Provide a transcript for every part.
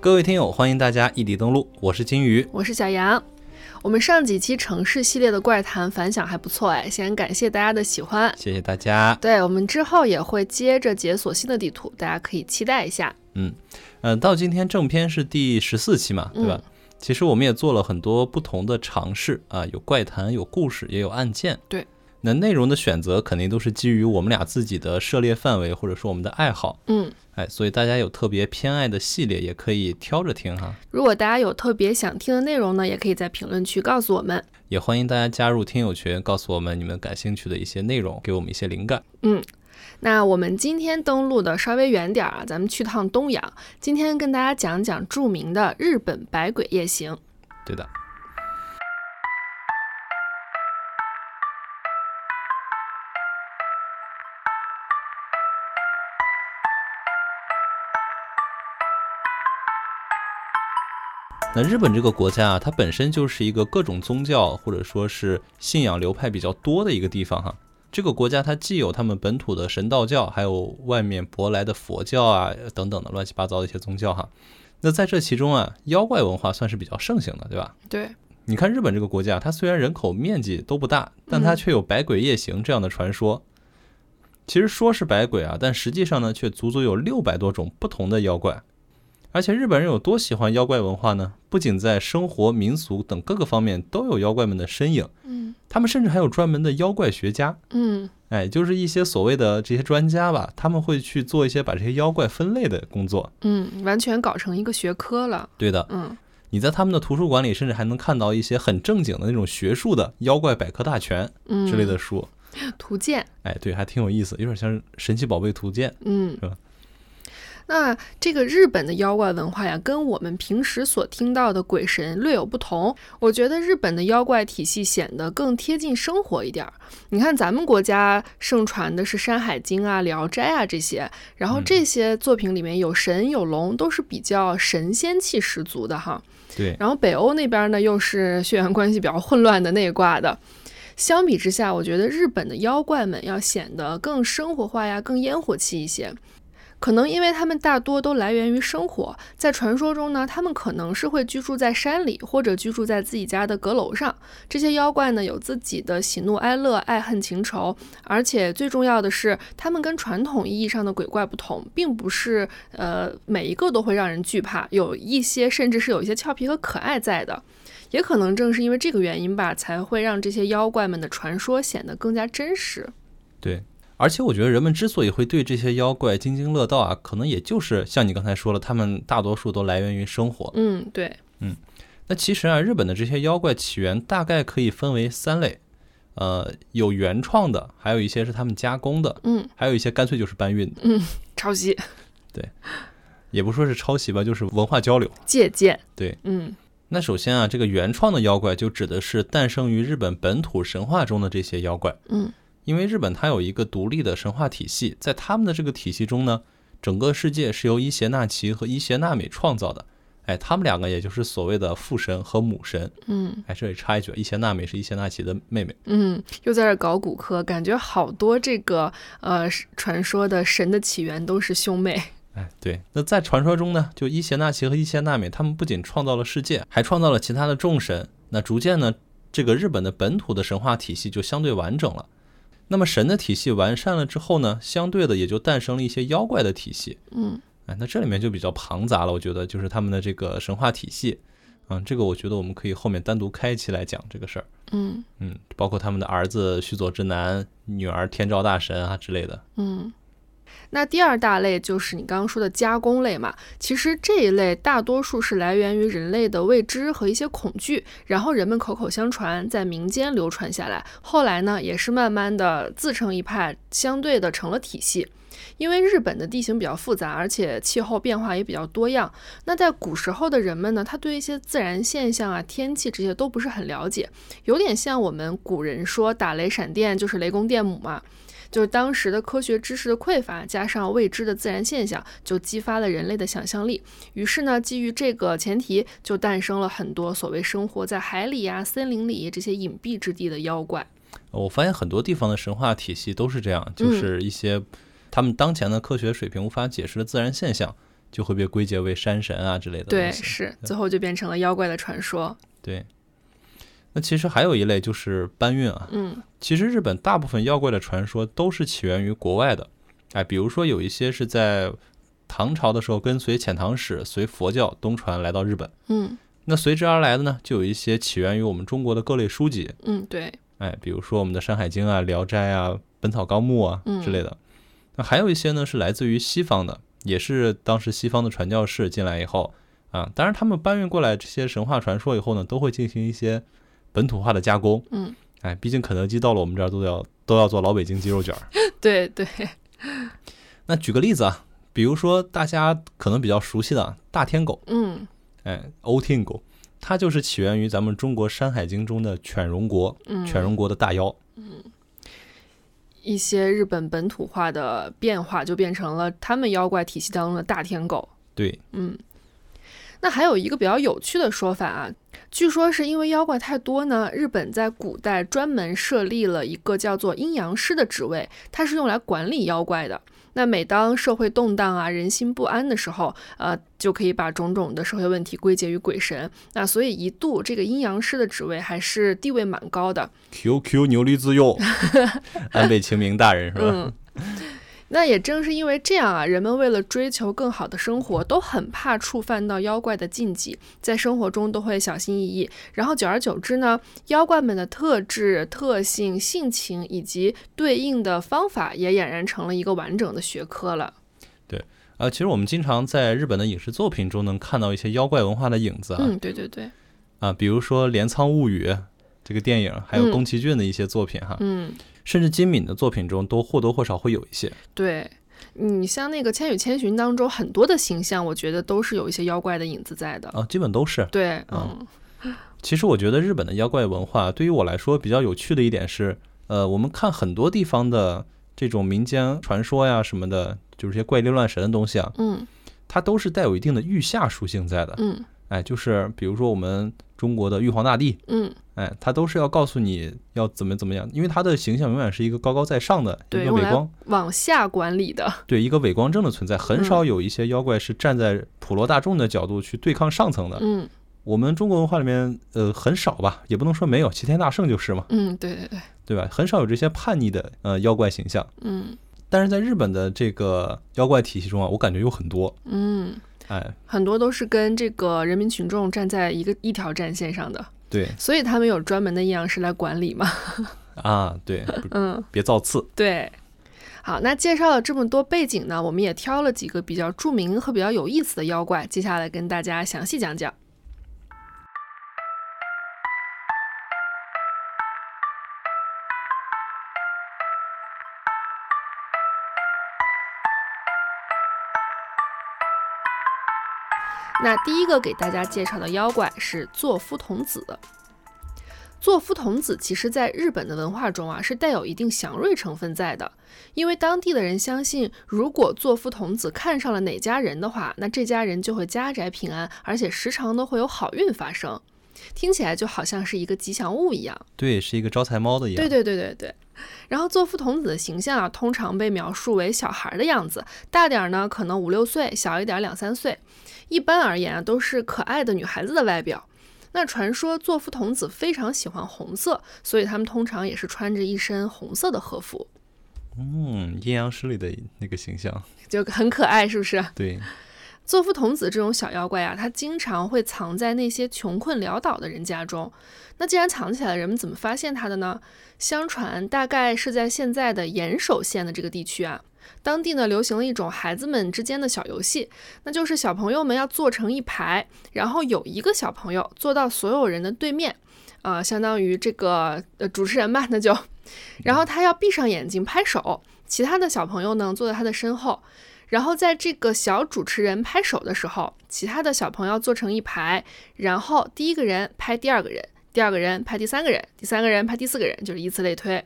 各位听友，欢迎大家异地登录，我是金鱼。我是小杨。我们上几期城市系列的怪谈反响还不错哎，先感谢大家的喜欢。谢谢大家。对我们之后也会接着解锁新的地图，大家可以期待一下。嗯、到今天正片是第十四期嘛，对吧？其实我们也做了很多不同的尝试啊，有怪谈，有故事，也有案件。对，那内容的选择肯定都是基于我们俩自己的涉猎范围，或者说我们的爱好。嗯，哎，所以大家有特别偏爱的系列，也可以挑着听哈。如果大家有特别想听的内容呢，也可以在评论区告诉我们。也欢迎大家加入听友群，告诉我们你们感兴趣的一些内容，给我们一些灵感。那我们今天登录的稍微远点儿啊，咱们去趟东阳。今天跟大家讲讲著名的日本百鬼夜行。对的。那日本这个国家啊，它本身就是一个各种宗教或者说是信仰流派比较多的一个地方哈。这个国家它既有他们本土的神道教，还有外面舶来的佛教啊等等的乱七八糟的一些宗教哈。那在这其中啊，妖怪文化算是比较盛行的，对吧？对，你看日本这个国家，它虽然人口面积都不大，但它却有百鬼夜行这样的传说。其实说是百鬼啊，但实际上呢，却足足有六百多种不同的妖怪。而且日本人有多喜欢妖怪文化呢？不仅在生活、民俗等各个方面都有妖怪们的身影，嗯他们甚至还有专门的妖怪学家。嗯哎，就是一些所谓的这些专家吧，他们会去做一些把这些妖怪分类的工作。嗯，完全搞成一个学科了。对的，嗯你在他们的图书馆里，甚至还能看到一些很正经的那种学术的妖怪百科大全嗯，之类的书。图鉴。哎，对，还挺有意思，有点像《神奇宝贝图鉴》。嗯是吧。那这个日本的妖怪文化呀，跟我们平时所听到的鬼神略有不同。我觉得日本的妖怪体系显得更贴近生活一点儿。你看，咱们国家盛传的是《山海经》啊、《聊斋啊》这些，然后这些作品里面有神有龙，都是比较神仙气十足的哈。对，然后北欧那边呢，又是血缘关系比较混乱的那一挂的。相比之下，我觉得日本的妖怪们要显得更生活化呀，更烟火气一些。可能因为他们大多都来源于生活，在传说中呢，他们可能是会居住在山里，或者居住在自己家的阁楼上。这些妖怪呢，有自己的喜怒哀乐、爱恨情仇，而且最重要的是，他们跟传统意义上的鬼怪不同，并不是呃每一个都会让人惧怕，有一些甚至是有一些俏皮和可爱在的。也可能正是因为这个原因吧，才会让这些妖怪们的传说显得更加真实。对。而且我觉得人们之所以会对这些妖怪津津乐道啊，可能也就是像你刚才说了，他们大多数都来源于生活。嗯，对，那其实啊，日本的这些妖怪起源大概可以分为三类，呃，有原创的，还有一些是他们加工的，嗯，还有一些干脆就是搬运的，抄袭、也不说是抄袭吧，就是文化交流。借鉴，对，嗯那首先啊，这个原创的妖怪就指的是诞生于日本本土神话中的这些妖怪，嗯因为日本它有一个独立的神话体系，在他们的这个体系中呢，整个世界是由伊邪那岐和伊邪那美创造的。哎，他们两个也就是所谓的父神和母神。嗯哎，这里插一句，伊邪那美是伊邪那岐的妹妹。嗯，又在这儿搞骨科，感觉好多这个呃传说的神的起源都是兄妹。哎，对，那在传说中呢，就伊邪那岐和伊邪那美，他们不仅创造了世界，还创造了其他的众神。那逐渐呢，这个日本的本土的神话体系就相对完整了。那么神的体系完善了之后呢，相对的也就诞生了一些妖怪的体系。嗯哎，那这里面就比较庞杂了，我觉得就是他们的这个神话体系。嗯，这个我觉得我们可以后面单独开一期来讲这个事儿。嗯嗯，包括他们的儿子须佐之男、女儿天照大神啊之类的。嗯。那第二大类就是你刚刚说的加工类嘛，其实这一类大多数是来源于人类的未知和一些恐惧，然后人们口口相传，在民间流传下来，后来呢也是慢慢的自成一派，相对的成了体系。因为日本的地形比较复杂，而且气候变化也比较多样。那在古时候的人们呢，他对一些自然现象啊、天气这些都不是很了解，有点像我们古人说打雷闪电就是雷公电母嘛。就是当时的科学知识的匮乏，加上未知的自然现象，就激发了人类的想象力。于是呢，基于这个前提，就诞生了很多所谓生活在海里呀、森林里这些隐蔽之地的妖怪。我发现很多地方的神话体系都是这样，就嗯是一些他们当前的科学水平无法解释的自然现象，就会被归结为山神啊之类的东对，西。是，最后就变成了妖怪的传说。对。那其实还有一类就是搬运啊，嗯其实日本大部分妖怪的传说都是起源于国外的，哎，比如说有一些是在唐朝的时候跟随遣唐使、随佛教东传来到日本，嗯那随之而来的呢，就有一些起源于我们中国的各类书籍，嗯，对，哎，比如说我们的《山海经》啊、《聊斋》啊、《本草纲目啊》嗯之类的。那还有一些呢是来自于西方的，也是当时西方的传教士进来以后啊，当然他们搬运过来这些神话传说以后呢，都会进行一些本土化的加工。嗯，哎，毕竟肯德基到了我们这儿都要都要做老北京鸡肉卷儿。对对，那举个例子啊，比如说大家可能比较熟悉的啊大天狗，嗯哎，欧天狗，它就是起源于咱们中国《山海经》中的犬戎国，嗯，犬戎国的大妖。一些日本本土化的变化，就变成了他们妖怪体系当中的大天狗。对，嗯，那还有一个比较有趣的说法啊，据说是因为妖怪太多呢，日本在古代专门设立了一个叫做阴阳师的职位，它是用来管理妖怪的。那每当社会动荡啊、人心不安的时候，呃，就可以把种种的社会问题归结于鬼神。那所以一度这个阴阳师的职位还是地位蛮高的。 QQ 牛驴自 幼，安倍晴明大人是吧？嗯，那也正是因为这样啊，人们为了追求更好的生活，都很怕触犯到妖怪的禁忌，在生活中都会小心翼翼。然后久而久之呢，妖怪们的特质、特性、性情以及对应的方法，也俨然成了一个完整的学科了。啊，其实我们经常在日本的影视作品中能看到一些妖怪文化的影子啊，嗯，对对对，啊，比如说《镰仓物语》这个电影，还有嗯宫崎骏的一些作品哈，嗯，甚至金敏的作品中都或多或少会有一些。对。你像那个《千与千寻》当中很多的形象，我觉得都是有一些妖怪的影子在的。啊，基本都是。对，哦嗯其实我觉得日本的妖怪文化对于我来说比较有趣的一点是，呃，我们看很多地方的这种民间传说呀什么的，就是一些怪力乱神的东西啊，嗯它都是带有一定的御下属性在的。嗯哎，就是比如说我们中国的玉皇大帝，嗯，哎，他都是要告诉你要怎么怎么样，因为他的形象永远是一个高高在上的一对个用伟来光，往下管理的。对一个伟光正的存在，很少嗯有一些妖怪是站在普罗大众的角度去对抗上层的。嗯我们中国文化里面，呃，很少吧，也不能说没有，齐天大圣就是嘛，嗯，对对对，对吧？很少有这些叛逆的呃妖怪形象，嗯但是在日本的这个妖怪体系中啊，我感觉有很多，嗯，哎，很多都是跟这个人民群众站在一个一条战线上的，对所以他们有专门的阴阳师来管理嘛。啊，对，不嗯，别造次。对。好，那介绍了这么多背景呢，我们也挑了几个比较著名和比较有意思的妖怪，接下来跟大家详细讲讲。那第一个给大家介绍的妖怪是作夫童子。作夫童子其实在日本的文化中啊是带有一定祥瑞成分在的，因为当地的人相信，如果作夫童子看上了哪家人的话，那这家人就会家宅平安，而且时常都会有好运发生。听起来就好像是一个吉祥物一样。对，是一个招财猫的样对对对对对。然后作夫童子的形象啊，通常被描述为小孩儿的样子，大点儿呢可能五六岁，小一点儿两三岁。一般而言啊，都是可爱的女孩子的外表。那传说作夫童子非常喜欢红色，所以他们通常也是穿着一身红色的和服，嗯，阴阳师里的那个形象，就很可爱，是不是？对，作夫童子这种小妖怪啊，它经常会藏在那些穷困潦倒的人家中。那既然藏起来了，人们怎么发现它的呢？相传大概是在现在的岩手县的这个地区啊，当地呢流行了一种孩子们之间的小游戏，那就是小朋友们要坐成一排，然后有一个小朋友坐到所有人的对面，啊、相当于这个呃主持人吧，那就， 然后他要闭上眼睛拍手，其他的小朋友呢坐在他的身后。然后在这个小主持人拍手的时候，其他的小朋友坐成一排，然后第一个人拍第二个人，第二个人拍第三个人，第三个人拍第四个人，就是依次类推。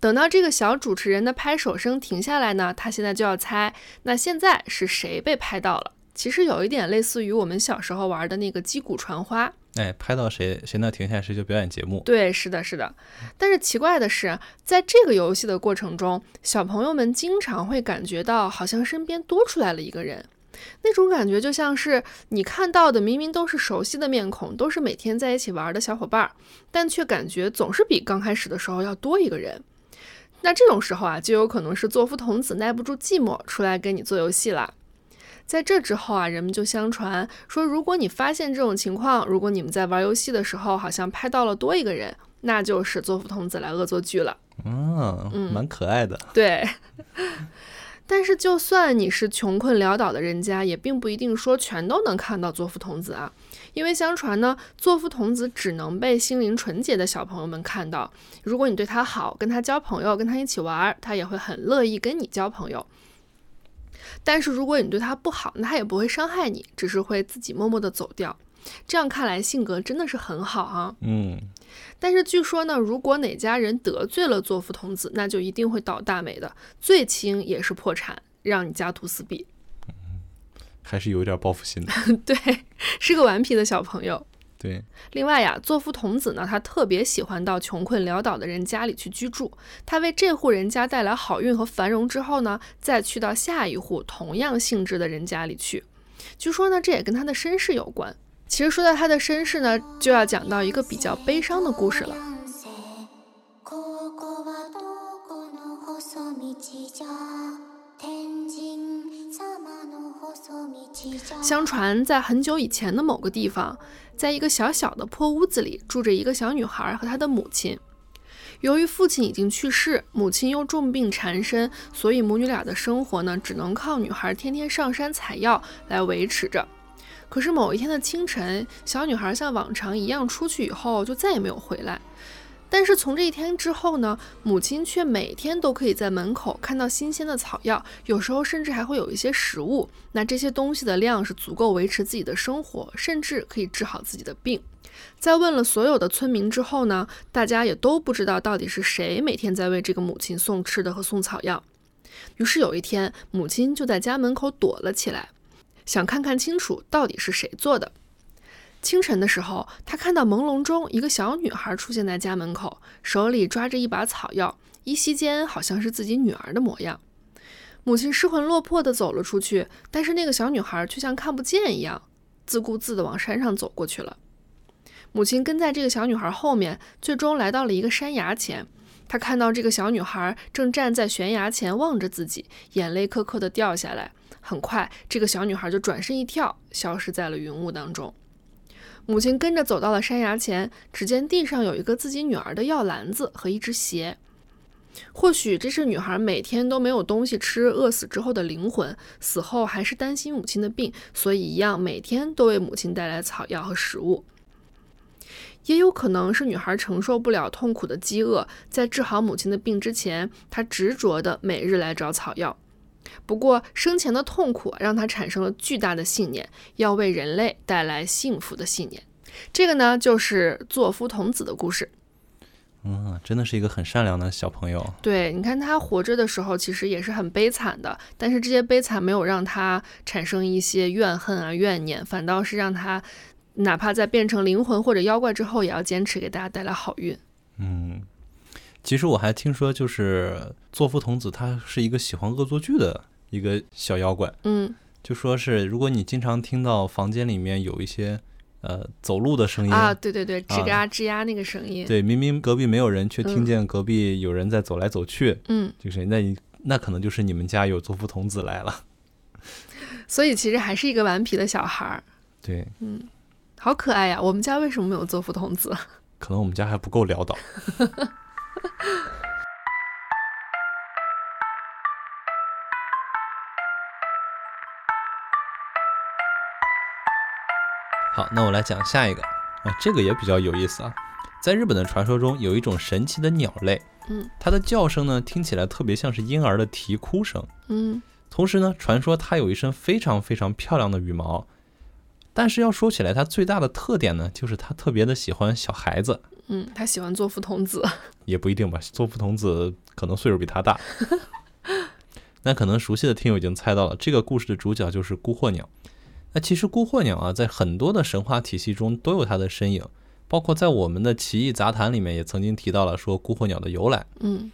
等到这个小主持人的拍手声停下来呢，他现在就要猜，那现在是谁被拍到了？其实有一点类似于我们小时候玩的那个击鼓传花，哎，拍到谁谁那停下来谁就表演节目，对，是的，是的。但是奇怪的是，在这个游戏的过程中，小朋友们经常会感觉到好像身边多出来了一个人。那种感觉就像是你看到的明明都是熟悉的面孔，都是每天在一起玩的小伙伴儿，但却感觉总是比刚开始的时候要多一个人。那这种时候啊，就有可能是作夫童子耐不住寂寞，出来跟你做游戏啦。在这之后啊，人们就相传说，如果你发现这种情况，如果你们在玩游戏的时候好像拍到了多一个人，那就是作夫童子来恶作剧了。嗯，蛮可爱的。对， 但是就算你是穷困潦倒的人家，也并不一定说全都能看到作夫童子啊，因为相传呢，作夫童子只能被心灵纯洁的小朋友们看到。如果你对他好，跟他交朋友，跟他一起玩儿，他也会很乐意跟你交朋友。但是如果你对他不好，那他也不会伤害你，只是会自己默默的走掉。这样看来，性格真的是很好啊。嗯，但是据说呢，如果哪家人得罪了作夫童子，那就一定会倒大霉的，最轻也是破产，让你家徒四壁。 还是有点报复心的。对，是个顽皮的小朋友。对，另外呀，作夫童子呢，他特别喜欢到穷困潦倒的人家里去居住。他为这户人家带来好运和繁荣之后呢，再去到下一户同样性质的人家里去。据说呢，这也跟他的身世有关。其实说到他的身世呢，就要讲到一个比较悲伤的故事了。ここはどこの細道じゃ天神様の細道じゃ相传在很久以前的某个地方，在一个小小的破屋子里住着一个小女孩和她的母亲。由于父亲已经去世，母亲又重病缠身，所以母女俩的生活呢，只能靠女孩天天上山采药来维持着。可是某一天的清晨，小女孩像往常一样出去以后，就再也没有回来。但是从这一天之后呢，母亲却每天都可以在门口看到新鲜的草药，有时候甚至还会有一些食物。那这些东西的量是足够维持自己的生活，甚至可以治好自己的病。在问了所有的村民之后呢，大家也都不知道到底是谁每天在为这个母亲送吃的和送草药。于是有一天，母亲就在家门口躲了起来，想看看清楚到底是谁做的。清晨的时候，他看到朦胧中一个小女孩出现在家门口，手里抓着一把草药，一息间好像是自己女儿的模样。母亲失魂落魄地走了出去，但是那个小女孩却像看不见一样，自顾自地往山上走过去了。母亲跟在这个小女孩后面，最终来到了一个山崖前。她看到这个小女孩正站在悬崖前望着自己，眼泪颗颗地掉下来。很快，这个小女孩就转身一跳，消失在了云雾当中。母亲跟着走到了山崖前，只见地上有一个自己女儿的药篮子和一只鞋。或许这是女孩每天都没有东西吃，饿死之后的灵魂，死后还是担心母亲的病，所以一样每天都为母亲带来草药和食物。也有可能是女孩承受不了痛苦的饥饿，在治好母亲的病之前，她执着地每日来找草药。不过，生前的痛苦让他产生了巨大的信念，要为人类带来幸福的信念。这个呢，就是作夫童子的故事。嗯，真的是一个很善良的小朋友。对，你看他活着的时候，其实也是很悲惨的，但是这些悲惨没有让他产生一些怨恨啊、怨念，反倒是让他哪怕在变成灵魂或者妖怪之后，也要坚持给大家带来好运。嗯，其实我还听说，就是作夫童子他是一个喜欢恶作剧的一个小妖怪，嗯，就说是如果你经常听到房间里面有一些呃走路的声音啊，对对对，吱啊嘎吱呀那个声音，对，明明隔壁没有人，却听嗯见隔壁有人在走来走去，嗯，就是那你那可能就是你们家有作夫童子来了。所以其实还是一个顽皮的小孩儿。对，好可爱呀！我们家为什么没有做福童子？可能我们家还不够潦倒。 好，那我来讲下一个啊，这个也比较有意思啊。在日本的传说中，有一种神奇的鸟类，嗯，它的叫声呢听起来特别像是婴儿的啼哭声，嗯同时呢，传说它有一身非常非常漂亮的羽毛。但是要说起来，它最大的特点呢，就是它特别的喜欢小孩子，嗯，他喜欢做福童子。也不一定吧。作夫童子可能岁数比他大。那可能熟悉的听友已经猜到了，这个故事的主角就是孤鹤鸟。那其实孤鹤鸟啊，在很多的神话体系中都有它的身影，包括在我们的奇异杂谈里面也曾经提到了说孤鹤鸟的由来。嗯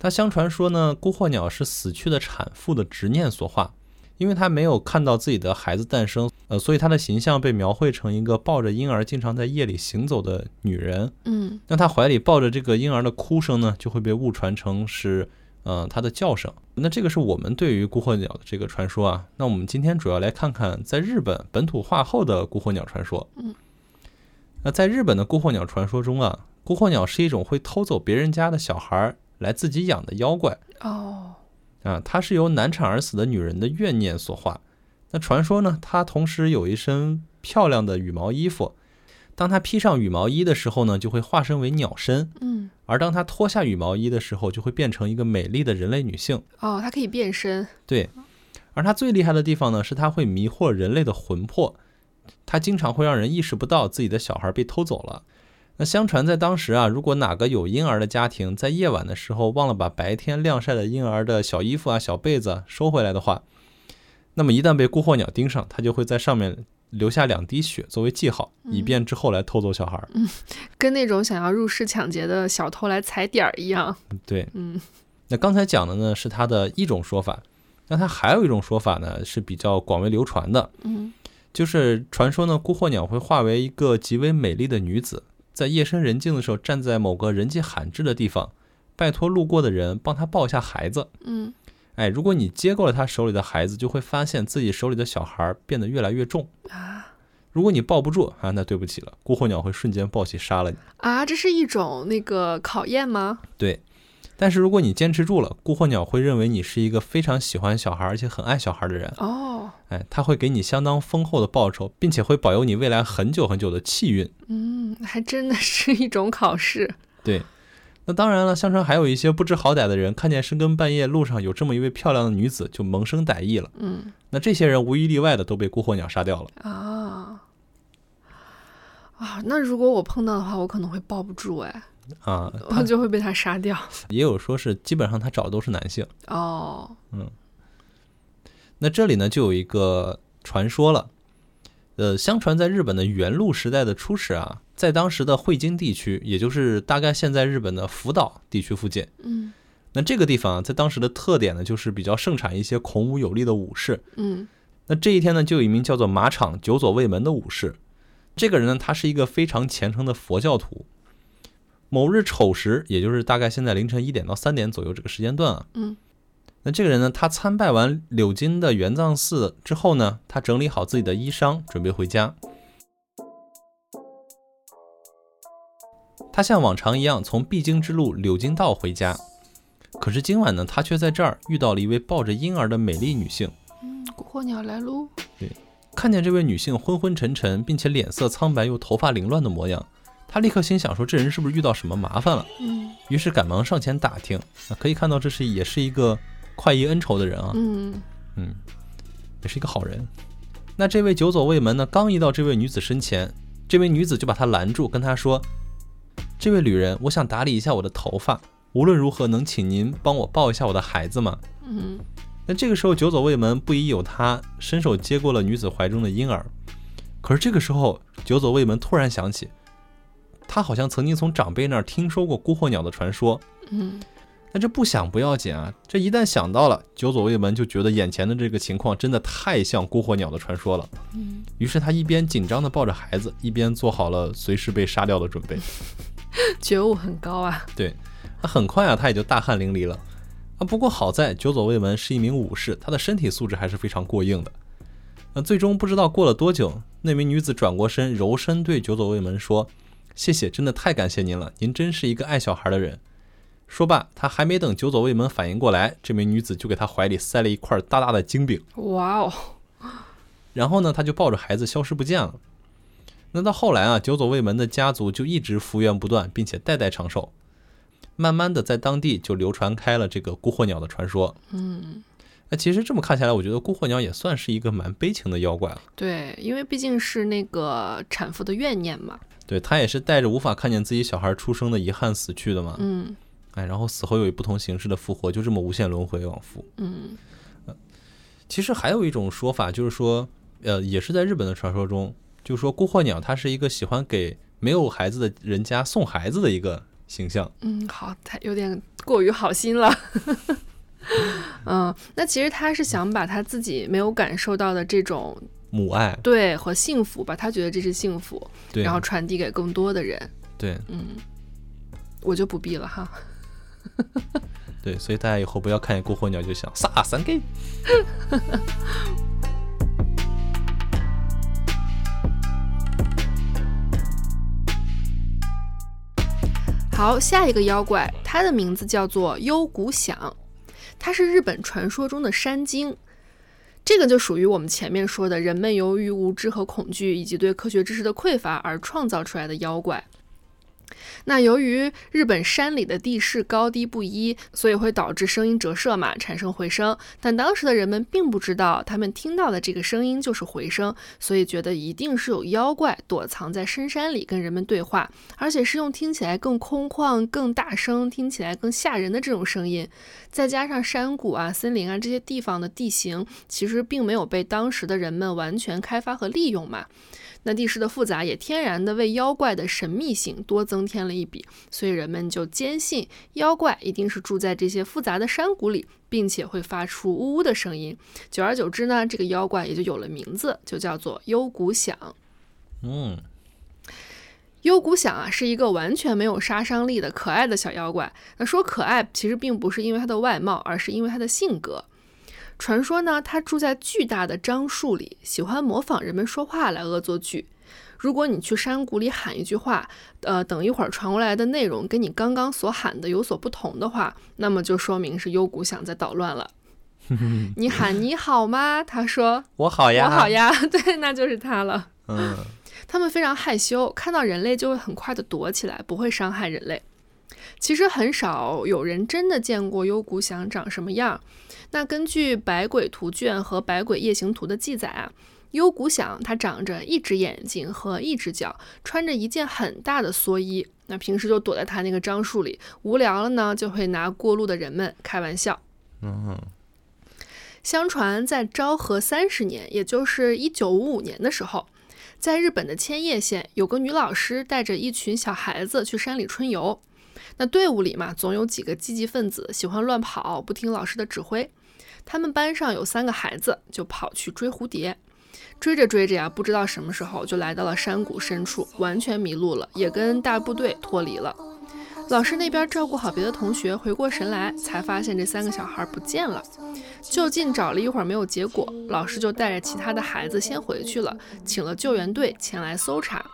它相传说呢，孤鹤鸟是死去的产妇的执念所化，因为他没有看到自己的孩子诞生，呃，所以他的形象被描绘成一个抱着婴儿经常在夜里行走的女人。嗯那她怀里抱着这个婴儿的哭声呢，就会被误传成是，呃，她的叫声。那这个是我们对于孤火鸟的这个传说啊。那我们今天主要来看看在日本本土化后的孤火鸟传说。嗯，那在日本的孤火鸟传说中啊，孤火鸟是一种会偷走别人家的小孩儿来自己养的妖怪。哦，啊，它是由难产而死的女人的怨念所化。那传说呢，她同时有一身漂亮的羽毛衣服，当她披上羽毛衣的时候呢，就会化身为鸟身；嗯而当她脱下羽毛衣的时候，就会变成一个美丽的人类女性。哦，它可以变身。对，而她最厉害的地方呢，是她会迷惑人类的魂魄，她经常会让人意识不到自己的小孩被偷走了。那相传在当时啊，如果哪个有婴儿的家庭在夜晚的时候忘了把白天晾晒的婴儿的小衣服啊、小被子啊收回来的话，那么一旦被孤惑鸟盯上，它就会在上面留下两滴血作为记号，以便之后来偷走小孩儿。跟那种想要入室抢劫的小偷来踩点儿一样。对，嗯那刚才讲的呢是它的一种说法，那它还有一种说法呢是比较广为流传的，嗯就是传说呢，孤惑鸟会化为一个极为美丽的女子，在夜深人静的时候，站在某个人迹罕至的地方，拜托路过的人帮她抱一下孩子。嗯，哎，如果你接过了她手里的孩子，就会发现自己手里的小孩变得越来越重。啊如果你抱不住啊，那对不起了，孤惑鸟会瞬间抱起杀了你。啊，这是一种那个考验吗？对，但是如果你坚持住了，孤惑鸟会认为你是一个非常喜欢小孩而且很爱小孩的人。哦，哎，它会给你相当丰厚的报酬，并且会保佑你未来很久很久的气运。嗯，还真的是一种考试。对，那当然了，相传还有一些不知好歹的人，看见深更半夜路上有这么一位漂亮的女子，就萌生歹意了。嗯那这些人无一例外的都被孤火鸟杀掉了。啊啊，那如果我碰到的话，我可能会抱不住哎，啊，我就会被他杀掉。也有说是基本上他找的都是男性。哦，那这里呢，就有一个传说了。呃，相传在日本的元禄时代的初始啊，在当时的汇金地区，也就是大概现在日本的福岛地区附近，嗯那这个地方啊，在当时的特点呢，就是比较盛产一些孔武有力的武士，嗯那这一天呢，就有一名叫做马场久左卫门的武士。这个人呢，他是一个非常虔诚的佛教徒。某日丑时，也就是大概现在凌晨一点到三点左右这个时间段啊，嗯，那这个人呢，他参拜完柳金的玄奘寺之后呢，他整理好自己的衣裳，准备回家。他像往常一样从必经之路柳金道回家，可是今晚呢，他却在这儿遇到了一位抱着婴儿的美丽女性。嗯，古惑鸟来喽。看见这位女性昏昏沉沉，并且脸色苍白又头发凌乱的模样，他立刻心想说：“这人是不是遇到什么麻烦了嗯？”于是赶忙上前打听。啊，可以看到这是也是一个快意恩仇的人啊，嗯嗯，也是一个好人。那这位久左卫门呢，刚一到这位女子身前，这位女子就把他拦住，跟他说：“这位旅人，我想打理一下我的头发，无论如何能请您帮我抱一下我的孩子吗？”嗯那这个时候，久左卫门不疑有他，伸手接过了女子怀中的婴儿。可是这个时候，久左卫门突然想起，他好像曾经从长辈那儿听说过孤惑鸟的传说。嗯但这不想不要紧啊，这一旦想到了，久左卫门就觉得眼前的这个情况真的太像孤惑鸟的传说了。嗯，于是他一边紧张地抱着孩子，一边做好了随时被杀掉的准备。觉悟很高啊。对，那很快啊，他也就大汗淋漓了。啊，不过好在久左卫门是一名武士，他的身体素质还是非常过硬的。那最终不知道过了多久，那名女子转过身，柔声对久左卫门说：“谢谢，真的太感谢您了，您真是一个爱小孩的人。”说罢，他还没等久左卫门反应过来，这名女子就给他怀里塞了一块大大的金饼。哇哦，然后呢，他就抱着孩子消失不见了。那到后来啊，久左卫门的家族就一直福源不断，并且代代长寿。慢慢的，在当地就流传开了这个孤火鸟的传说。嗯，那其实这么看下来，我觉得孤火鸟也算是一个蛮悲情的妖怪了。对，因为毕竟是那个产妇的怨念嘛。对，它也是带着无法看见自己小孩出生的遗憾死去的嘛。嗯哎，然后死后又以不同形式的复活，就这么无限轮回往复。嗯其实还有一种说法，就是说，呃，也是在日本的传说中，就是说孤鹤鸟它是一个喜欢给没有孩子的人家送孩子的一个形象。嗯，好，太有点过于好心了。 嗯，那其实他是想把他自己没有感受到的这种母爱，对和幸福吧，他觉得这是幸福，对，然后传递给更多的人。对我就不必了哈。对，所以大家以后不要看见过火鸟就想啥三 gay。好，下一个妖怪，它的名字叫做幽谷响，它是日本传说中的山精。这个就属于我们前面说的，人们由于无知和恐惧，以及对科学知识的匮乏而创造出来的妖怪。那由于日本山里的地势高低不一，所以会导致声音折射嘛，产生回声。但当时的人们并不知道，他们听到的这个声音就是回声，所以觉得一定是有妖怪躲藏在深山里跟人们对话，而且是用听起来更空旷、更大声、听起来更吓人的这种声音。再加上山谷啊、森林啊这些地方的地形，其实并没有被当时的人们完全开发和利用嘛。那地势的复杂也天然的为妖怪的神秘性多增添了一笔，所以人们就坚信妖怪一定是住在这些复杂的山谷里，并且会发出呜呜的声音。久而久之呢，这个妖怪也就有了名字，就叫做幽谷响。嗯，幽谷响啊，是一个完全没有杀伤力的可爱的小妖怪。那说可爱，其实并不是因为它的外貌，而是因为它的性格。传说呢，它住在巨大的樟树里，喜欢模仿人们说话来恶作剧。如果你去山谷里喊一句话，呃，等一会儿传过来的内容跟你刚刚所喊的有所不同的话，那么就说明是幽谷响在捣 乱了。你喊你好吗？他说我好我呀，好。呀， 对，那就是他了。嗯，它们非常害羞，看到人类就会很快的躲起来，不会伤害人类。其实很少有人真的见过幽谷响长什么样。那根据《百鬼图卷》和《百鬼夜行图》的记载啊，幽谷响它长着一只眼睛和一只脚，穿着一件很大的蓑衣。那平时就躲在它那个樟树里，无聊了呢，就会拿过路的人们开玩笑。相传在昭和三十年，也就是一九五五年的时候，在日本的千叶县，有个女老师带着一群小孩子去山里春游。那队伍里嘛，总有几个积极分子喜欢乱跑，不听老师的指挥。他们班上有三个孩子，就跑去追蝴蝶。追着追着呀、不知道什么时候就来到了山谷深处，完全迷路了，也跟大部队脱离了。老师那边照顾好别的同学，回过神来，才发现这三个小孩不见了。就近找了一会儿没有结果，老师就带着其他的孩子先回去了，请了救援队前来搜查。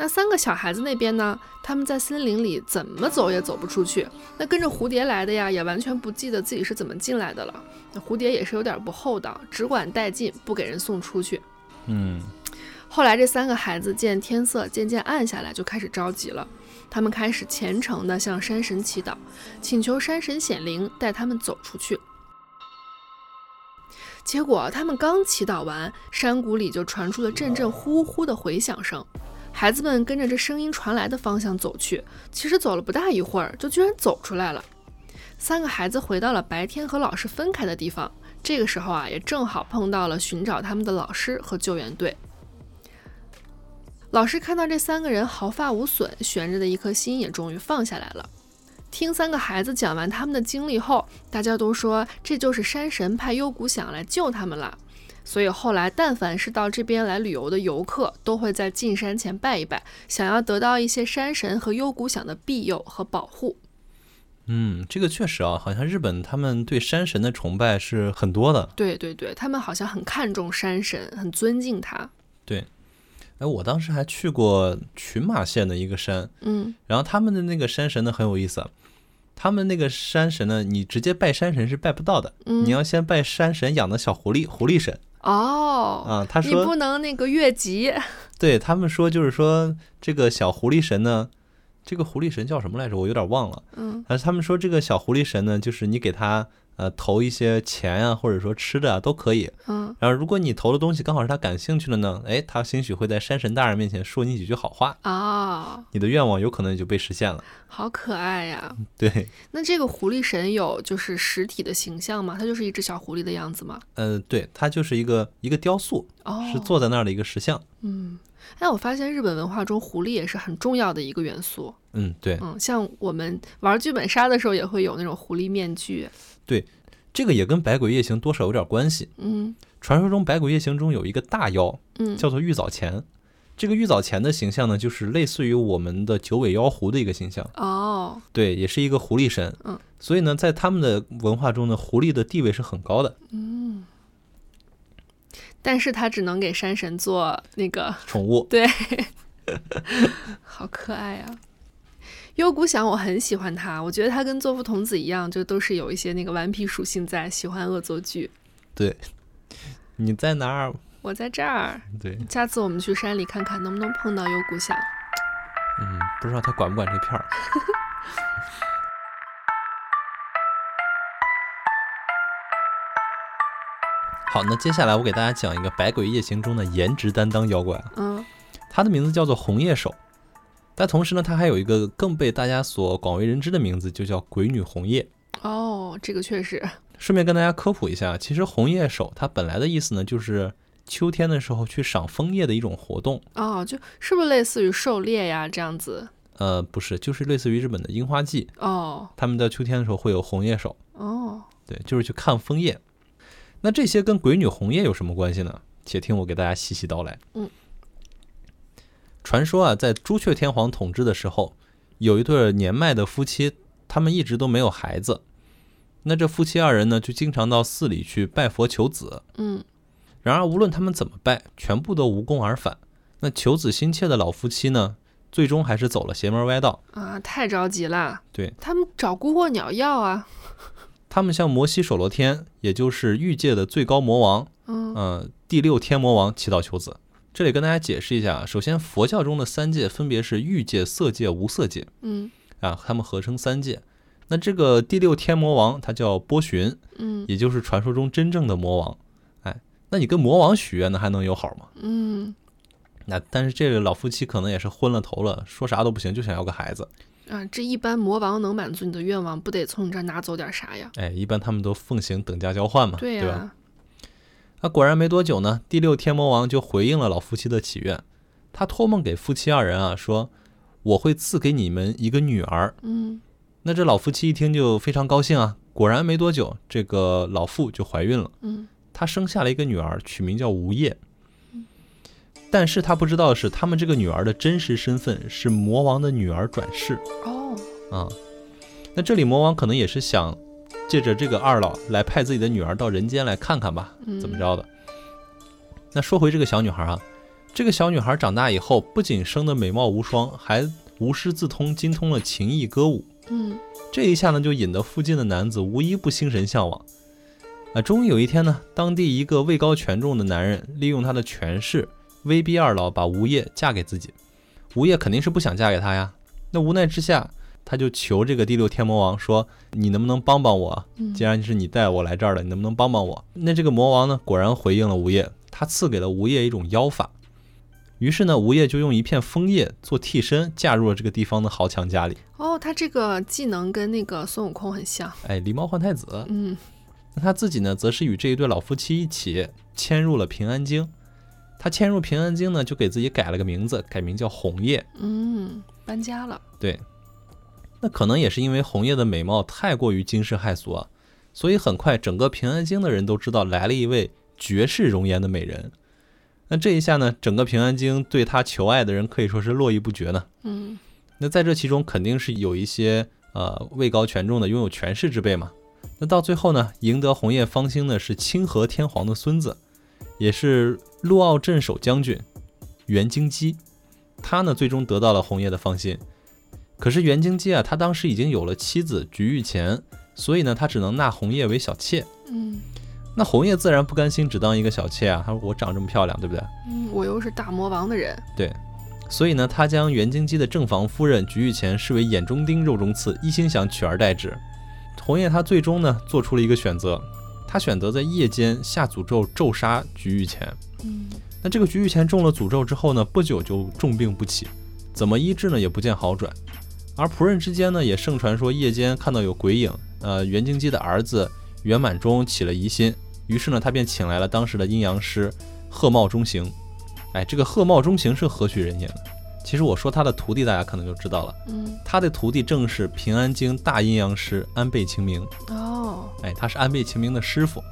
那三个小孩子那边呢？他们在森林里怎么走也走不出去。那跟着蝴蝶来的呀，也完全不记得自己是怎么进来的了。那蝴蝶也是有点不厚道，只管带进，不给人送出去。嗯，后来这三个孩子见天色渐渐暗下来，就开始着急了。他们开始虔诚地向山神祈祷，请求山神显灵，带他们走出去。结果他们刚祈祷完，山谷里就传出了阵阵呼呼的回响声。孩子们跟着这声音传来的方向走去，其实走了不大一会儿，就居然走出来了。三个孩子回到了白天和老师分开的地方，这个时候啊，也正好碰到了寻找他们的老师和救援队。老师看到这三个人毫发无损，悬着的一颗心也终于放下来了。听三个孩子讲完他们的经历后，大家都说这就是山神派幽谷响来救他们了。所以后来，但凡是到这边来旅游的游客，都会在进山前拜一拜，想要得到一些山神和幽谷响的庇佑和保护。嗯，这个确实啊，好像日本他们对山神的崇拜是很多的。对对对，他们好像很看重山神，很尊敬他。哎，我当时还去过群马县的一个山，嗯，然后他们的那个山神呢很有意思啊，他们那个山神呢，你直接拜山神是拜不到的，嗯你要先拜山神养的小狐狸，狐狸神哦，啊。他你说，不能那个越级。对他们说就是说这个小狐狸神呢，这个狐狸神叫什么来着？我有点忘了。嗯，但是他们说这个小狐狸神呢，就是你给他呃投一些钱啊，或者说吃的啊都可以。嗯，然后如果你投的东西刚好是他感兴趣的呢，哎，他兴许会在山神大人面前说你几句好话，哦，你的愿望有可能也就被实现了。好可爱呀！对，那这个狐狸神有就是实体的形象吗？它就是一只小狐狸的样子吗？呃，对，它就是一个一个雕塑，哦，是坐在那儿的一个石像。嗯，哎，我发现日本文化中狐狸也是很重要的一个元素。嗯，对嗯，像我们玩剧本杀的时候也会有那种狐狸面具。对，这个也跟《百鬼夜行》多少有点关系。嗯传说中《百鬼夜行》中有一个大妖嗯叫做玉藻前，这个玉藻前的形象呢，就是类似于我们的九尾妖狐的一个形象，哦对，也是一个狐狸神。嗯，所以呢，在他们的文化中呢，狐狸的地位是很高的，嗯，但是它只能给山神做那个 宠物。对，好可爱啊！幽谷响，我很喜欢他，我觉得他跟作夫童子一样，就都是有一些那个顽皮属性在，喜欢恶作剧。对，你在哪儿？我在这儿，对，下次我们去山里看看能不能碰到幽谷响。嗯，不知道他管不管这片儿。 好，那接下来我给大家讲一个《百鬼夜行》中的颜值担当妖怪啊，嗯他的名字叫做红叶手，但同时呢，他还有一个更被大家所广为人知的名字，就叫鬼女红叶。哦，这个确实，顺便跟大家科普一下，其实红叶手它本来的意思呢，就是秋天的时候去赏枫叶的一种活动。哦，就是不是类似于狩猎呀这样子？呃，不是，就是类似于日本的樱花季，哦他们在秋天的时候会有红叶手。哦，对，就是去看枫叶。那这些跟鬼女红叶有什么关系呢？且听我给大家细细道来。嗯，传说啊，在朱雀天皇统治的时候，有一对儿年迈的夫妻，他们一直都没有孩子。那这夫妻二人呢，就经常到寺里去拜佛求子。嗯然而，无论他们怎么拜，全部都无功而返。那求子心切的老夫妻呢，最终还是走了邪门歪道。啊，太着急了。对他们找孤惑鸟要啊。他们向摩西首罗天，也就是欲界的最高魔王，嗯呃，第六天魔王祈祷求子。这里跟大家解释一下啊，首先佛教中的三界分别是欲界、色界、无色界嗯啊，他们合称三界。那这个第六天魔王他叫波旬，嗯也就是传说中真正的魔王。哎，那你跟魔王许愿，那还能有好吗？嗯那但是这个老夫妻可能也是昏了头了，说啥都不行，就想要个孩子。啊，这一般魔王能满足你的愿望，不得从你这儿拿走点啥呀？哎，一般他们都奉行等价交换嘛，对啊对呀、吧？那果然没多久呢，第六天魔王就回应了老夫妻的祈愿，他托梦给夫妻二人啊说，我会赐给你们一个女儿。嗯那这老夫妻一听就非常高兴啊，果然没多久，这个老妇就怀孕了，嗯她生下了一个女儿，取名叫吴叶。但是她不知道的是，他们这个女儿的真实身份是魔王的女儿转世哦，啊。那这里魔王可能也是想借着这个二老来派自己的女儿到人间来看看吧，嗯怎么？着的。那说回这个小女孩啊，这个小女孩长大以后，不仅生得美貌无双，还无师自通，精通了琴艺歌舞。嗯这一下呢，就引得附近的男子无一不心神向往。啊，终于有一天呢，当地一个位高权重的男人利用他的权势，威逼二老把吴叶嫁给自己。吴叶肯定是不想嫁给他呀。那无奈之下，他就求这个第六天魔王说：“你能不能帮帮我啊？嗯既然是你带我来这儿了，你能不能帮帮我？那这个魔王呢，果然回应了吴叶，他赐给了吴叶一种妖法。于是呢，吴叶就用一片枫叶做替身，嫁入了这个地方的豪强家里。哦，他这个技能跟那个孙悟空很像。哎，狸猫换太子。嗯那他自己呢，则是与这一对老夫妻一起迁入了平安京。他迁入平安京呢，就给自己改了个名字，改名叫红叶。嗯，搬家了。对，那可能也是因为红叶的美貌太过于惊世骇俗啊，所以很快整个平安京的人都知道来了一位绝世容颜的美人。那这一下呢，整个平安京对她求爱的人可以说是络绎不绝呢。嗯那在这其中肯定是有一些呃位高权重的拥有权势之辈嘛。那到最后呢，赢得红叶芳心的是清河天皇的孙子，也是陆奥镇守将军袁京基。他呢，最终得到了红叶的芳心。可是袁京基啊，他当时已经有了妻子菊玉前，所以呢，他只能纳红叶为小妾。嗯那红叶自然不甘心只当一个小妾啊，他说我长这么漂亮，对不对？嗯，我又是大魔王的人。所以呢，他将袁京基的正房夫人菊玉前视为眼中钉、肉中刺，一心想取而代之。红叶他最终呢，做出了一个选择，他选择在夜间下诅咒咒杀菊玉前。嗯那这个菊玉前中了诅咒之后呢，不久就重病不起，怎么医治呢也不见好转。而仆人之间呢，也盛传说夜间看到有鬼影。呃，袁京基的儿子袁满中起了疑心，于是呢，他便请来了当时的阴阳师贺茂中行。哎，这个贺茂忠行是何许人也呢？其实我说他的徒弟，大家可能就知道了。嗯，他的徒弟正是平安京大阴阳师安倍晴明，哦，哎，他是安倍晴明的师傅，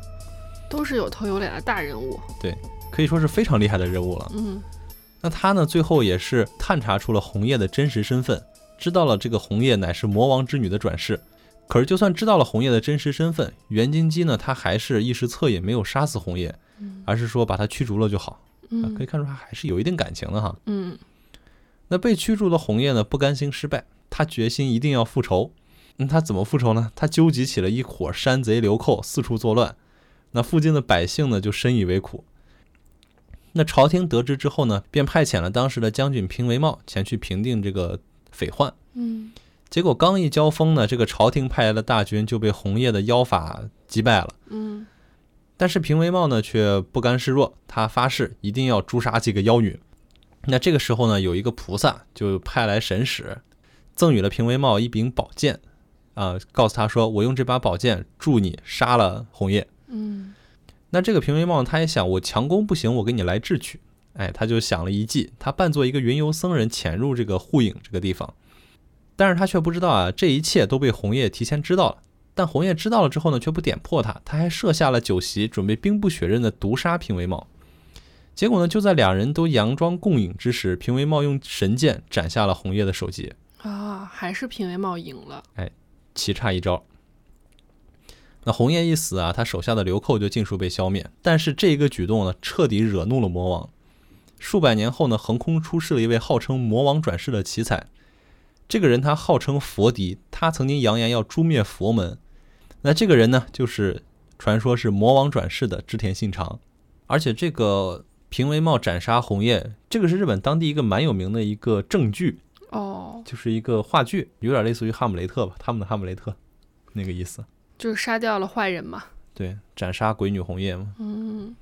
都是有头有脸的大人物。可以说是非常厉害的人物了。嗯那他呢，最后也是探查出了红叶的真实身份，知道了这个红叶乃是魔王之女的转世。可是，就算知道了红叶的真实身份，袁金鸡呢，他还是一时恻隐，没有杀死红叶，而是说把他驱逐了就好。啊，可以嗯看出他还是有一定感情的哈。嗯那被驱逐的红叶呢，不甘心失败，他决心一定要复仇。那、他怎么复仇呢？他纠集起了一伙山贼流寇，四处作乱。那附近的百姓呢，就深以为苦。那朝廷得知之后呢，便派遣了当时的将军平维茂前去平定这个匪患。嗯，结果刚一交锋呢，这个朝廷派来的大军就被红叶的妖法击败了。嗯但是平维茂呢却不甘示弱，他发誓一定要诛杀这个妖女。那这个时候呢，有一个菩萨就派来神使，赠予了平维茂一柄宝剑，啊、告诉他说：“我用这把宝剑助你杀了红叶。嗯”那这个平维茂他也想，我强攻不行，我给你来智取。哎，他就想了一计，他扮作一个云游僧人潜入这个护影这个地方，但是他却不知道啊，这一切都被红叶提前知道了。但红叶知道了之后呢，却不点破他，他还设下了酒席，准备兵不血刃的毒杀平维茂。结果呢，就在两人都佯装共饮之时，平维茂用神剑斩下了红叶的首级，啊，还是平维茂赢了。棋差一招。那红叶一死啊，他手下的流寇就尽数被消灭。但是这一个举动呢，彻底惹怒了魔王。数百年后呢，横空出世了一位号称魔王转世的奇才。这个人他号称佛敌，他曾经扬言要诛灭佛门。那这个人呢，就是传说是魔王转世的织田信长。而且这个平为茂斩杀红叶，这个是日本当地一个蛮有名的一个正剧。哦，就是一个话剧，有点类似于《哈姆雷特》吧，他们的《哈姆雷特》那个意思。就是杀掉了坏人嘛。对，斩杀鬼女红叶嘛。嗯，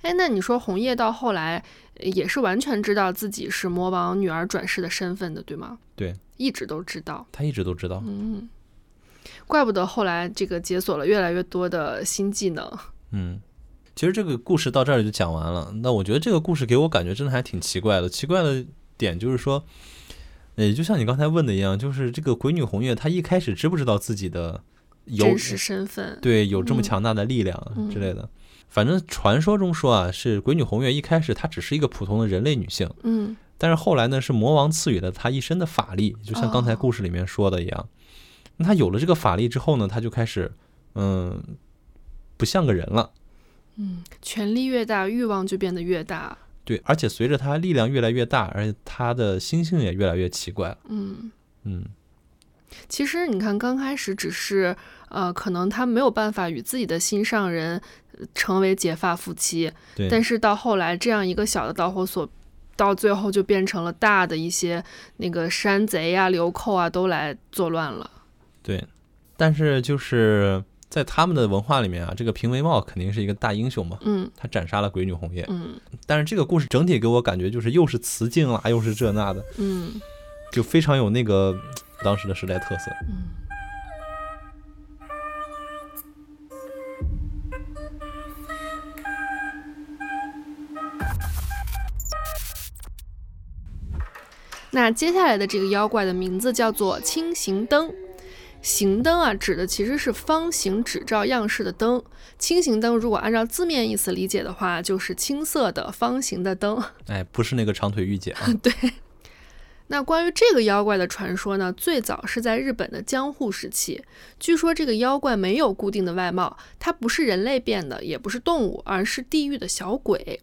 哎，那你说红叶到后来呃也是完全知道自己是魔王女儿转世的身份的，对吗？对，一直都知道。他一直都知道。嗯，怪不得后来这个解锁了越来越多的新技能。嗯，其实这个故事到这儿就讲完了。那我觉得这个故事给我感觉真的还挺奇怪的。奇怪的点就是说，也就像你刚才问的一样，就是这个鬼女红叶，她一开始知不知道自己的有真实身份。对有这么嗯强大的力量啊嗯之类的？反正传说中说啊，是鬼女红叶一开始她只是一个普通的人类女性。嗯但是后来呢，是魔王赐予了他一身的法力，就像刚才哦故事里面说的一样。那他有了这个法力之后呢，他就开始，嗯，不像个人了。嗯，权力越大，欲望就变得越大。对，而且随着他力量越来越大，而且他的心性也越来越奇怪了。嗯，嗯，其实你看，刚开始只是呃，可能他没有办法与自己的心上人呃成为结发夫妻，对，但是到后来，这样一个小的导火索，到最后就变成了大的一些那个山贼啊、流寇啊都来作乱了。对，但是就是在他们的文化里面啊，这个平维茂肯定是一个大英雄嘛，嗯他斩杀了鬼女红叶。嗯但是这个故事整体给我感觉就是又是辞境啦，又是这那的，嗯就非常有那个嗯当时的时代特色。嗯。那接下来的这个妖怪的名字叫做轻形灯。形灯啊，指的其实是方形纸照样式的灯。轻形灯如果按照字面意思理解的话，就是青色的方形的灯。哎，不是那个长腿御姐啊。那关于这个妖怪的传说呢，最早是在日本的江户时期。据说这个妖怪没有固定的外貌，它不是人类变的，也不是动物，而是地狱的小鬼。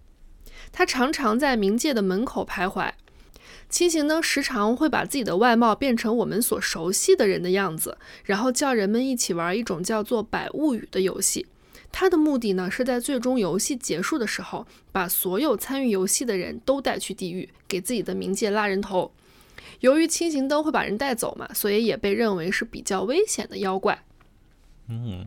它常常在冥界的门口徘徊。七行呢，时常会把自己的外貌变成我们所熟悉的人的样子，然后叫人们一起玩一种叫做“百物语”的游戏。它的目的呢，是在最终游戏结束的时候，把所有参与游戏的人都带去地狱，给自己的冥界拉人头。由于轻型灯会把人带走嘛，所以也被认为是比较危险的妖怪。嗯，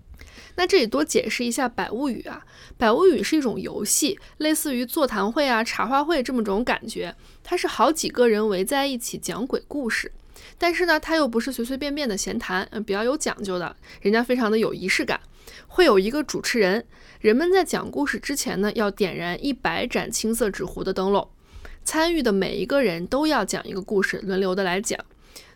那这里多解释一下百物语啊，百物语是一种游戏，类似于座谈会啊、茶话会这么种感觉。它是好几个人围在一起讲鬼故事，但是呢，它又不是随随便便的闲谈，嗯，比较有讲究的，人家非常的有仪式感。会有一个主持人，人们在讲故事之前呢，要点燃一百盏青色纸糊的灯笼。参与的每一个人都要讲一个故事，轮流的来讲。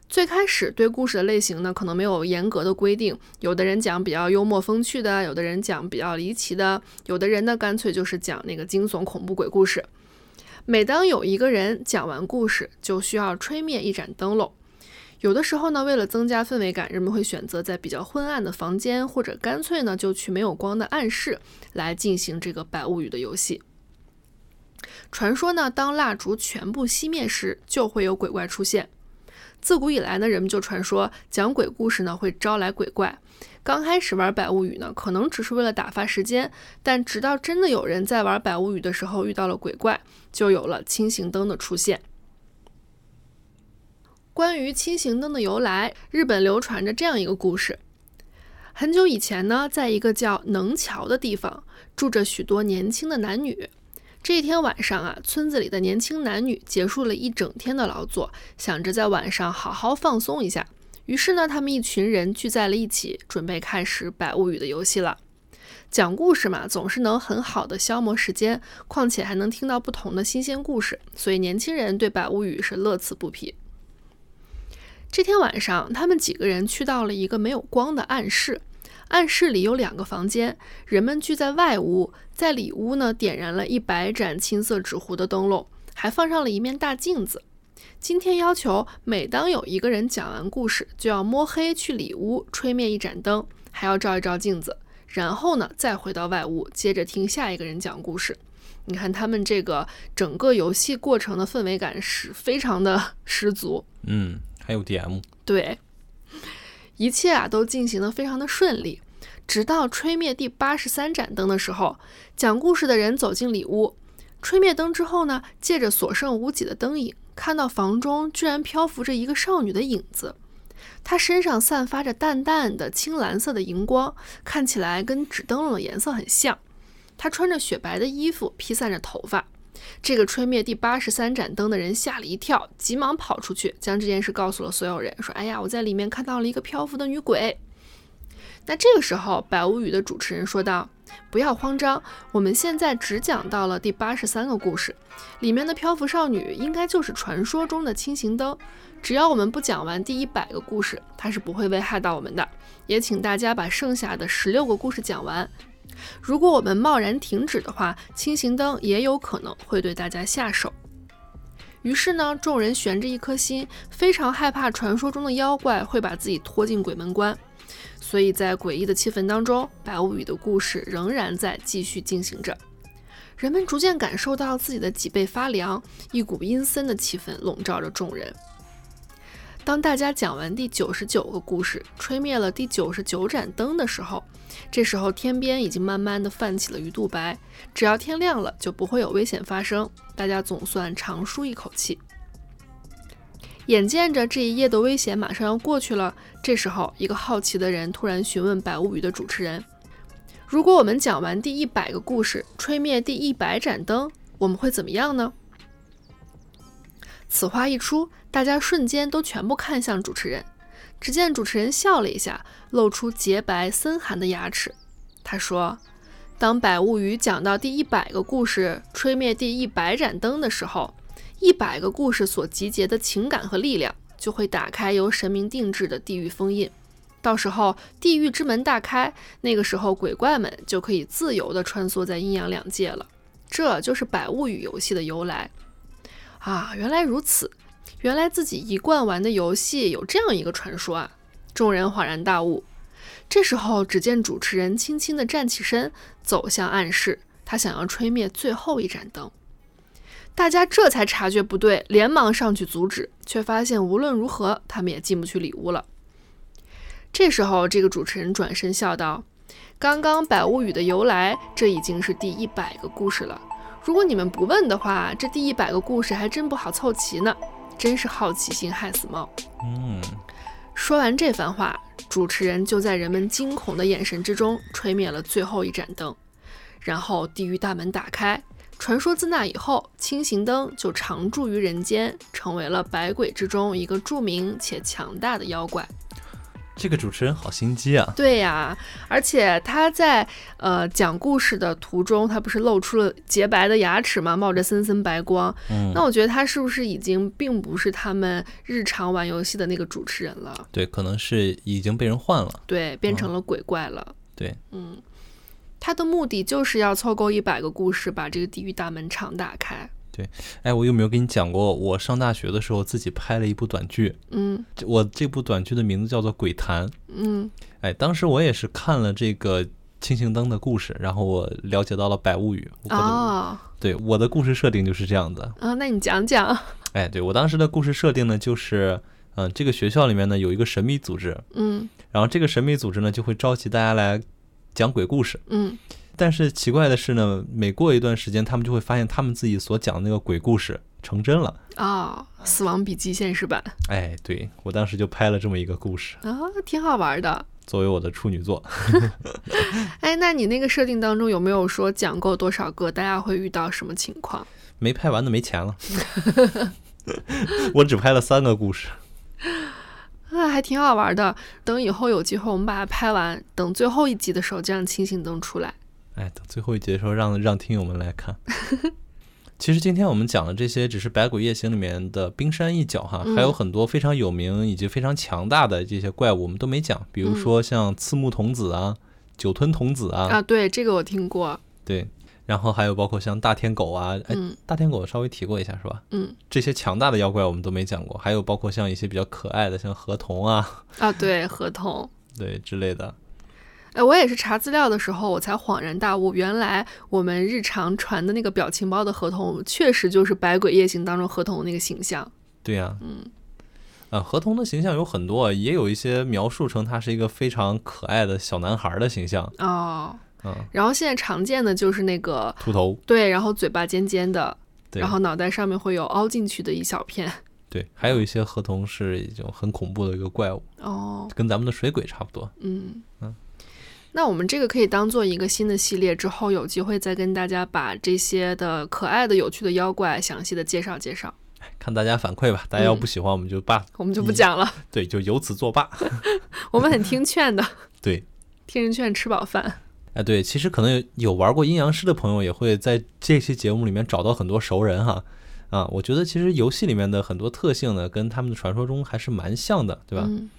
最开始对故事的类型呢，可能没有严格的规定，有的人讲比较幽默风趣的，有的人讲比较离奇的，有的人呢干脆就是讲那个惊悚恐怖鬼故事。每当有一个人讲完故事，就需要吹灭一盏灯笼。有的时候呢，为了增加氛围感，人们会选择在比较昏暗的房间，或者干脆呢就去没有光的暗室来进行这个百物语的游戏。传说呢，当蜡烛全部熄灭时，就会有鬼怪出现。自古以来呢，人们就传说讲鬼故事呢会招来鬼怪。刚开始玩百物语呢，可能只是为了打发时间，但直到真的有人在玩百物语的时候遇到了鬼怪，就有了轻型灯的出现。关于轻型灯的由来，日本流传着这样一个故事：很久以前呢，在一个叫能桥的地方，住着许多年轻的男女。这一天晚上啊，村子里的年轻男女结束了一整天的劳作，想着在晚上好好放松一下。于是呢，他们一群人聚在了一起，准备开始百物语的游戏了。讲故事嘛，总是能很好的消磨时间，况且还能听到不同的新鲜故事，所以年轻人对百物语是乐此不疲。这天晚上，他们几个人去到了一个没有光的暗室。暗室里有两个房间，人们聚在外屋，在里屋呢点燃了一百盏青色纸糊的灯笼，还放上了一面大镜子。今天要求，每当有一个人讲完故事，就要摸黑去里屋吹灭一盏灯，还要照一照镜子，然后呢再回到外屋，接着听下一个人讲故事。你看他们这个整个游戏过程的氛围感是非常的 十足，嗯，还有 DM，对，一切啊都进行得非常的顺利，直到吹灭第八十三盏灯的时候，讲故事的人走进里屋，吹灭灯之后呢，借着所剩无几的灯影，看到房中居然漂浮着一个少女的影子，她身上散发着淡淡的青蓝色的荧光，看起来跟纸灯笼的颜色很像。她穿着雪白的衣服，披散着头发。这个吹灭第八十三盏灯的人吓了一跳，急忙跑出去，将这件事告诉了所有人，说：“哎呀，我在里面看到了一个漂浮的女鬼。”那这个时候，百无语的主持人说道：“不要慌张，我们现在只讲到了第八十三个故事，里面的漂浮少女应该就是传说中的轻型灯。只要我们不讲完第一百个故事，它是不会危害到我们的。也请大家把剩下的十六个故事讲完，如果我们贸然停止的话，轻型灯也有可能会对大家下手。于是呢，众人悬着一颗心，非常害怕传说中的妖怪会把自己拖进鬼门关。所以在诡异的气氛当中，白无语的故事仍然在继续进行着。人们逐渐感受到自己的脊背发凉，一股阴森的气氛笼罩着众人。当大家讲完第九十九个故事，吹灭了第九十九盏灯的时候，这时候天边已经慢慢的泛起了鱼肚白，只要天亮了就不会有危险发生，大家总算长舒一口气。眼见着这一夜的危险马上要过去了，这时候一个好奇的人突然询问百物语的主持人：“如果我们讲完第一百个故事，吹灭第一百盏灯，我们会怎么样呢？”此话一出，大家瞬间都全部看向主持人。只见主持人笑了一下，露出洁白森寒的牙齿。他说：“当百物语讲到第一百个故事，吹灭第一百盏灯的时候，一百个故事所集结的情感和力量，就会打开由神明定制的地狱封印。到时候，地狱之门大开，那个时候鬼怪们就可以自由地穿梭在阴阳两界了。这就是百物语游戏的由来。啊，原来如此，原来自己一贯玩的游戏有这样一个传说啊！众人恍然大悟。这时候，只见主持人轻轻地站起身，走向暗室，他想要吹灭最后一盏灯。大家这才察觉不对，连忙上去阻止，却发现无论如何他们也进不去里屋了。这时候，这个主持人转身笑道：“刚刚百物语的由来，这已经是第一百个故事了。如果你们不问的话，这第一百个故事还真不好凑齐呢。真是好奇心害死猫。”嗯，说完这番话，主持人就在人们惊恐的眼神之中吹灭了最后一盏灯，然后地狱大门打开，传说自那以后，轻行灯就常驻于人间，成为了百鬼之中一个著名且强大的妖怪。这个主持人好心机啊！对呀、而且他在呃讲故事的途中，他不是露出了洁白的牙齿嘛，冒着森森白光。嗯那，我觉得他是不是已经并不是他们日常玩游戏的那个主持人了？对，可能是已经被人换了。对，变成了鬼怪了。嗯对，嗯，他的目的就是要凑够一百个故事，把这个地狱大门常打开。哎，我有没有跟你讲过，我上大学的时候自己拍了一部短剧，嗯这我这部短剧的名字叫做《鬼谈》。嗯哎，当时我也是看了这个《清行灯》的故事，然后我了解到了《百物语》。我可能啊对，我的故事设定就是这样的。啊，那你讲讲。哎，对我当时的故事设定呢，就是，嗯、这个学校里面呢有一个神秘组织，嗯然后这个神秘组织呢就会召集大家来讲鬼故事。嗯但是奇怪的是呢，每过一段时间，他们就会发现他们自己所讲的那个鬼故事成真了。啊，《死亡笔记》现实版哎，对我当时就拍了这么一个故事，啊，挺好玩的。作为我的处女作。哎，那你那个设定当中有没有说讲够多少个，大家会遇到什么情况？没拍完的没钱了， 我只拍了三个故事。啊，还挺好玩的。等以后有机会我们把它拍完，等最后一集的时候，这样清醒灯出来。哎，等最后一集的时候让让听友们来看。其实今天我们讲的这些，只是《百鬼夜行》里面的冰山一角哈，嗯还有很多非常有名以及非常强大的这些怪物，我们都没讲，比如说像刺目童子啊、酒吞童子啊，啊，对，这个我听过。对，然后还有包括像大天狗啊，哎，嗯大天狗稍微提过一下是吧？嗯，这些强大的妖怪我们都没讲过，还有包括像一些比较可爱的，像河童啊，啊，对，合同。对之类的。哎，我也是查资料的时候，我才恍然大悟，原来我们日常传的那个表情包的合同，确实就是《百鬼夜行》当中合同的那个形象。对呀、嗯，啊，河童的形象有很多，啊也有一些描述成他是一个非常可爱的小男孩的形象，哦，嗯，然后现在常见的就是那个秃头，对，然后嘴巴尖尖的，对，然后脑袋上面会有凹进去的一小片。对，还有一些河童是一种很恐怖的一个怪物，哦，跟咱们的水鬼差不多。嗯嗯。那我们这个可以当做一个新的系列，之后有机会再跟大家把这些的可爱的、有趣的妖怪详细的介绍介绍，看大家反馈吧，大嗯家要不喜欢我们就罢，我们就不嗯讲了，对，就由此作罢。我们很听劝的，对，听人劝吃饱饭。哎，对，其实可能有有玩过阴阳师的朋友也会在这期节目里面找到很多熟人哈。啊，我觉得其实游戏里面的很多特性呢，跟他们的传说中还是蛮像的，对吧？嗯，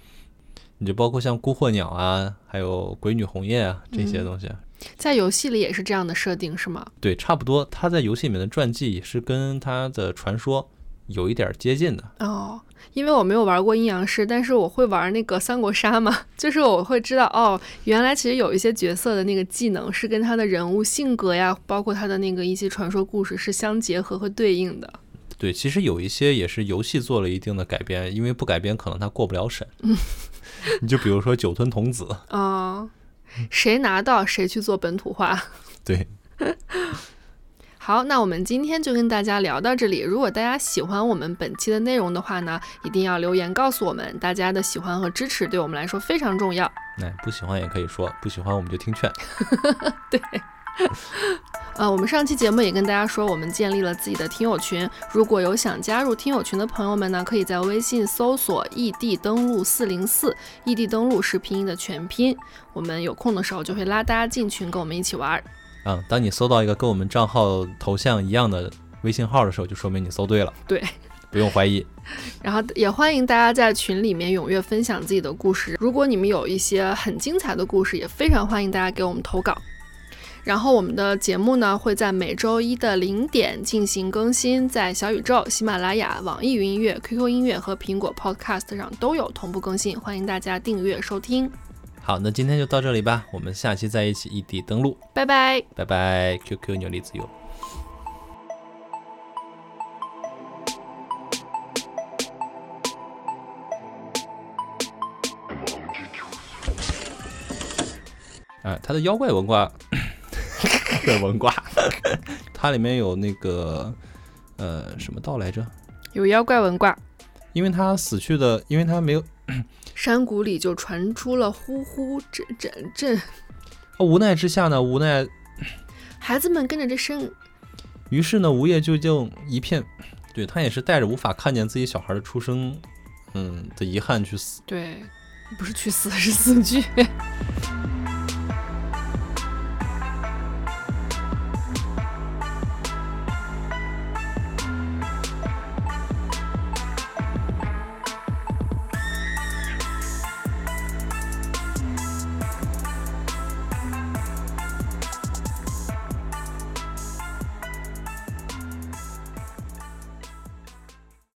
你就包括像孤鹤鸟啊，还有鬼女红叶啊这些东西，在游戏里也是这样的设定是吗？对，差不多。他在游戏里面的传记也是跟他的传说有一点儿接近的。哦，因为我没有玩过阴阳师，但是我会玩那个三国杀嘛， 就是我会知道哦，原来其实有一些角色的那个技能是跟他的人物性格呀，包括他的那个一些传说故事是相结合和对应的。对，其实有一些也是游戏做了一定的改编，因为不改编可能他过不了审。 你就比如说酒吞童子，哦，谁拿到谁去做本土化。对，好，那我们今天就跟大家聊到这里。如果大家喜欢我们本期的内容的话呢，一定要留言告诉我们，大家的喜欢和支持对我们来说非常重要。哎，不喜欢也可以说，不喜欢我们就听劝。呃，我们上期节目也跟大家说，我们建立了自己的听友群。如果有想加入听友群的朋友们呢，可以在微信搜索“异地登录四零四”，异地登录是拼音的全拼。我们有空的时候就会拉大家进群，跟我们一起玩儿。啊，当你搜到一个跟我们账号头像一样的微信号的时候，就说明你搜对了。对，不用怀疑。然后也欢迎大家在群里面踊跃分享自己的故事。如果你们有一些很精彩的故事，也非常欢迎大家给我们投稿。然后我们的节目呢会在每周一的零点进行更新，在小宇宙、喜马拉雅、网易云音乐、QQ 音乐和苹果 Podcast 上都有同步更新，欢迎大家订阅收听。好，那今天就到这里吧，我们下期再一起异地登录。拜拜。拜拜，QQ 牛力自由。哎，它的妖怪文 化的文化， 它里面有那个呃什么道来着？有妖怪文挂，因为他死去的，因为他没有山谷里就传出了呼呼阵阵阵，无奈之下呢，无奈孩子们跟着这声于是呢，无业究竟一片，对他也是带着无法看见自己小孩的出生，嗯的遗憾去死。对，不是去死，是死去。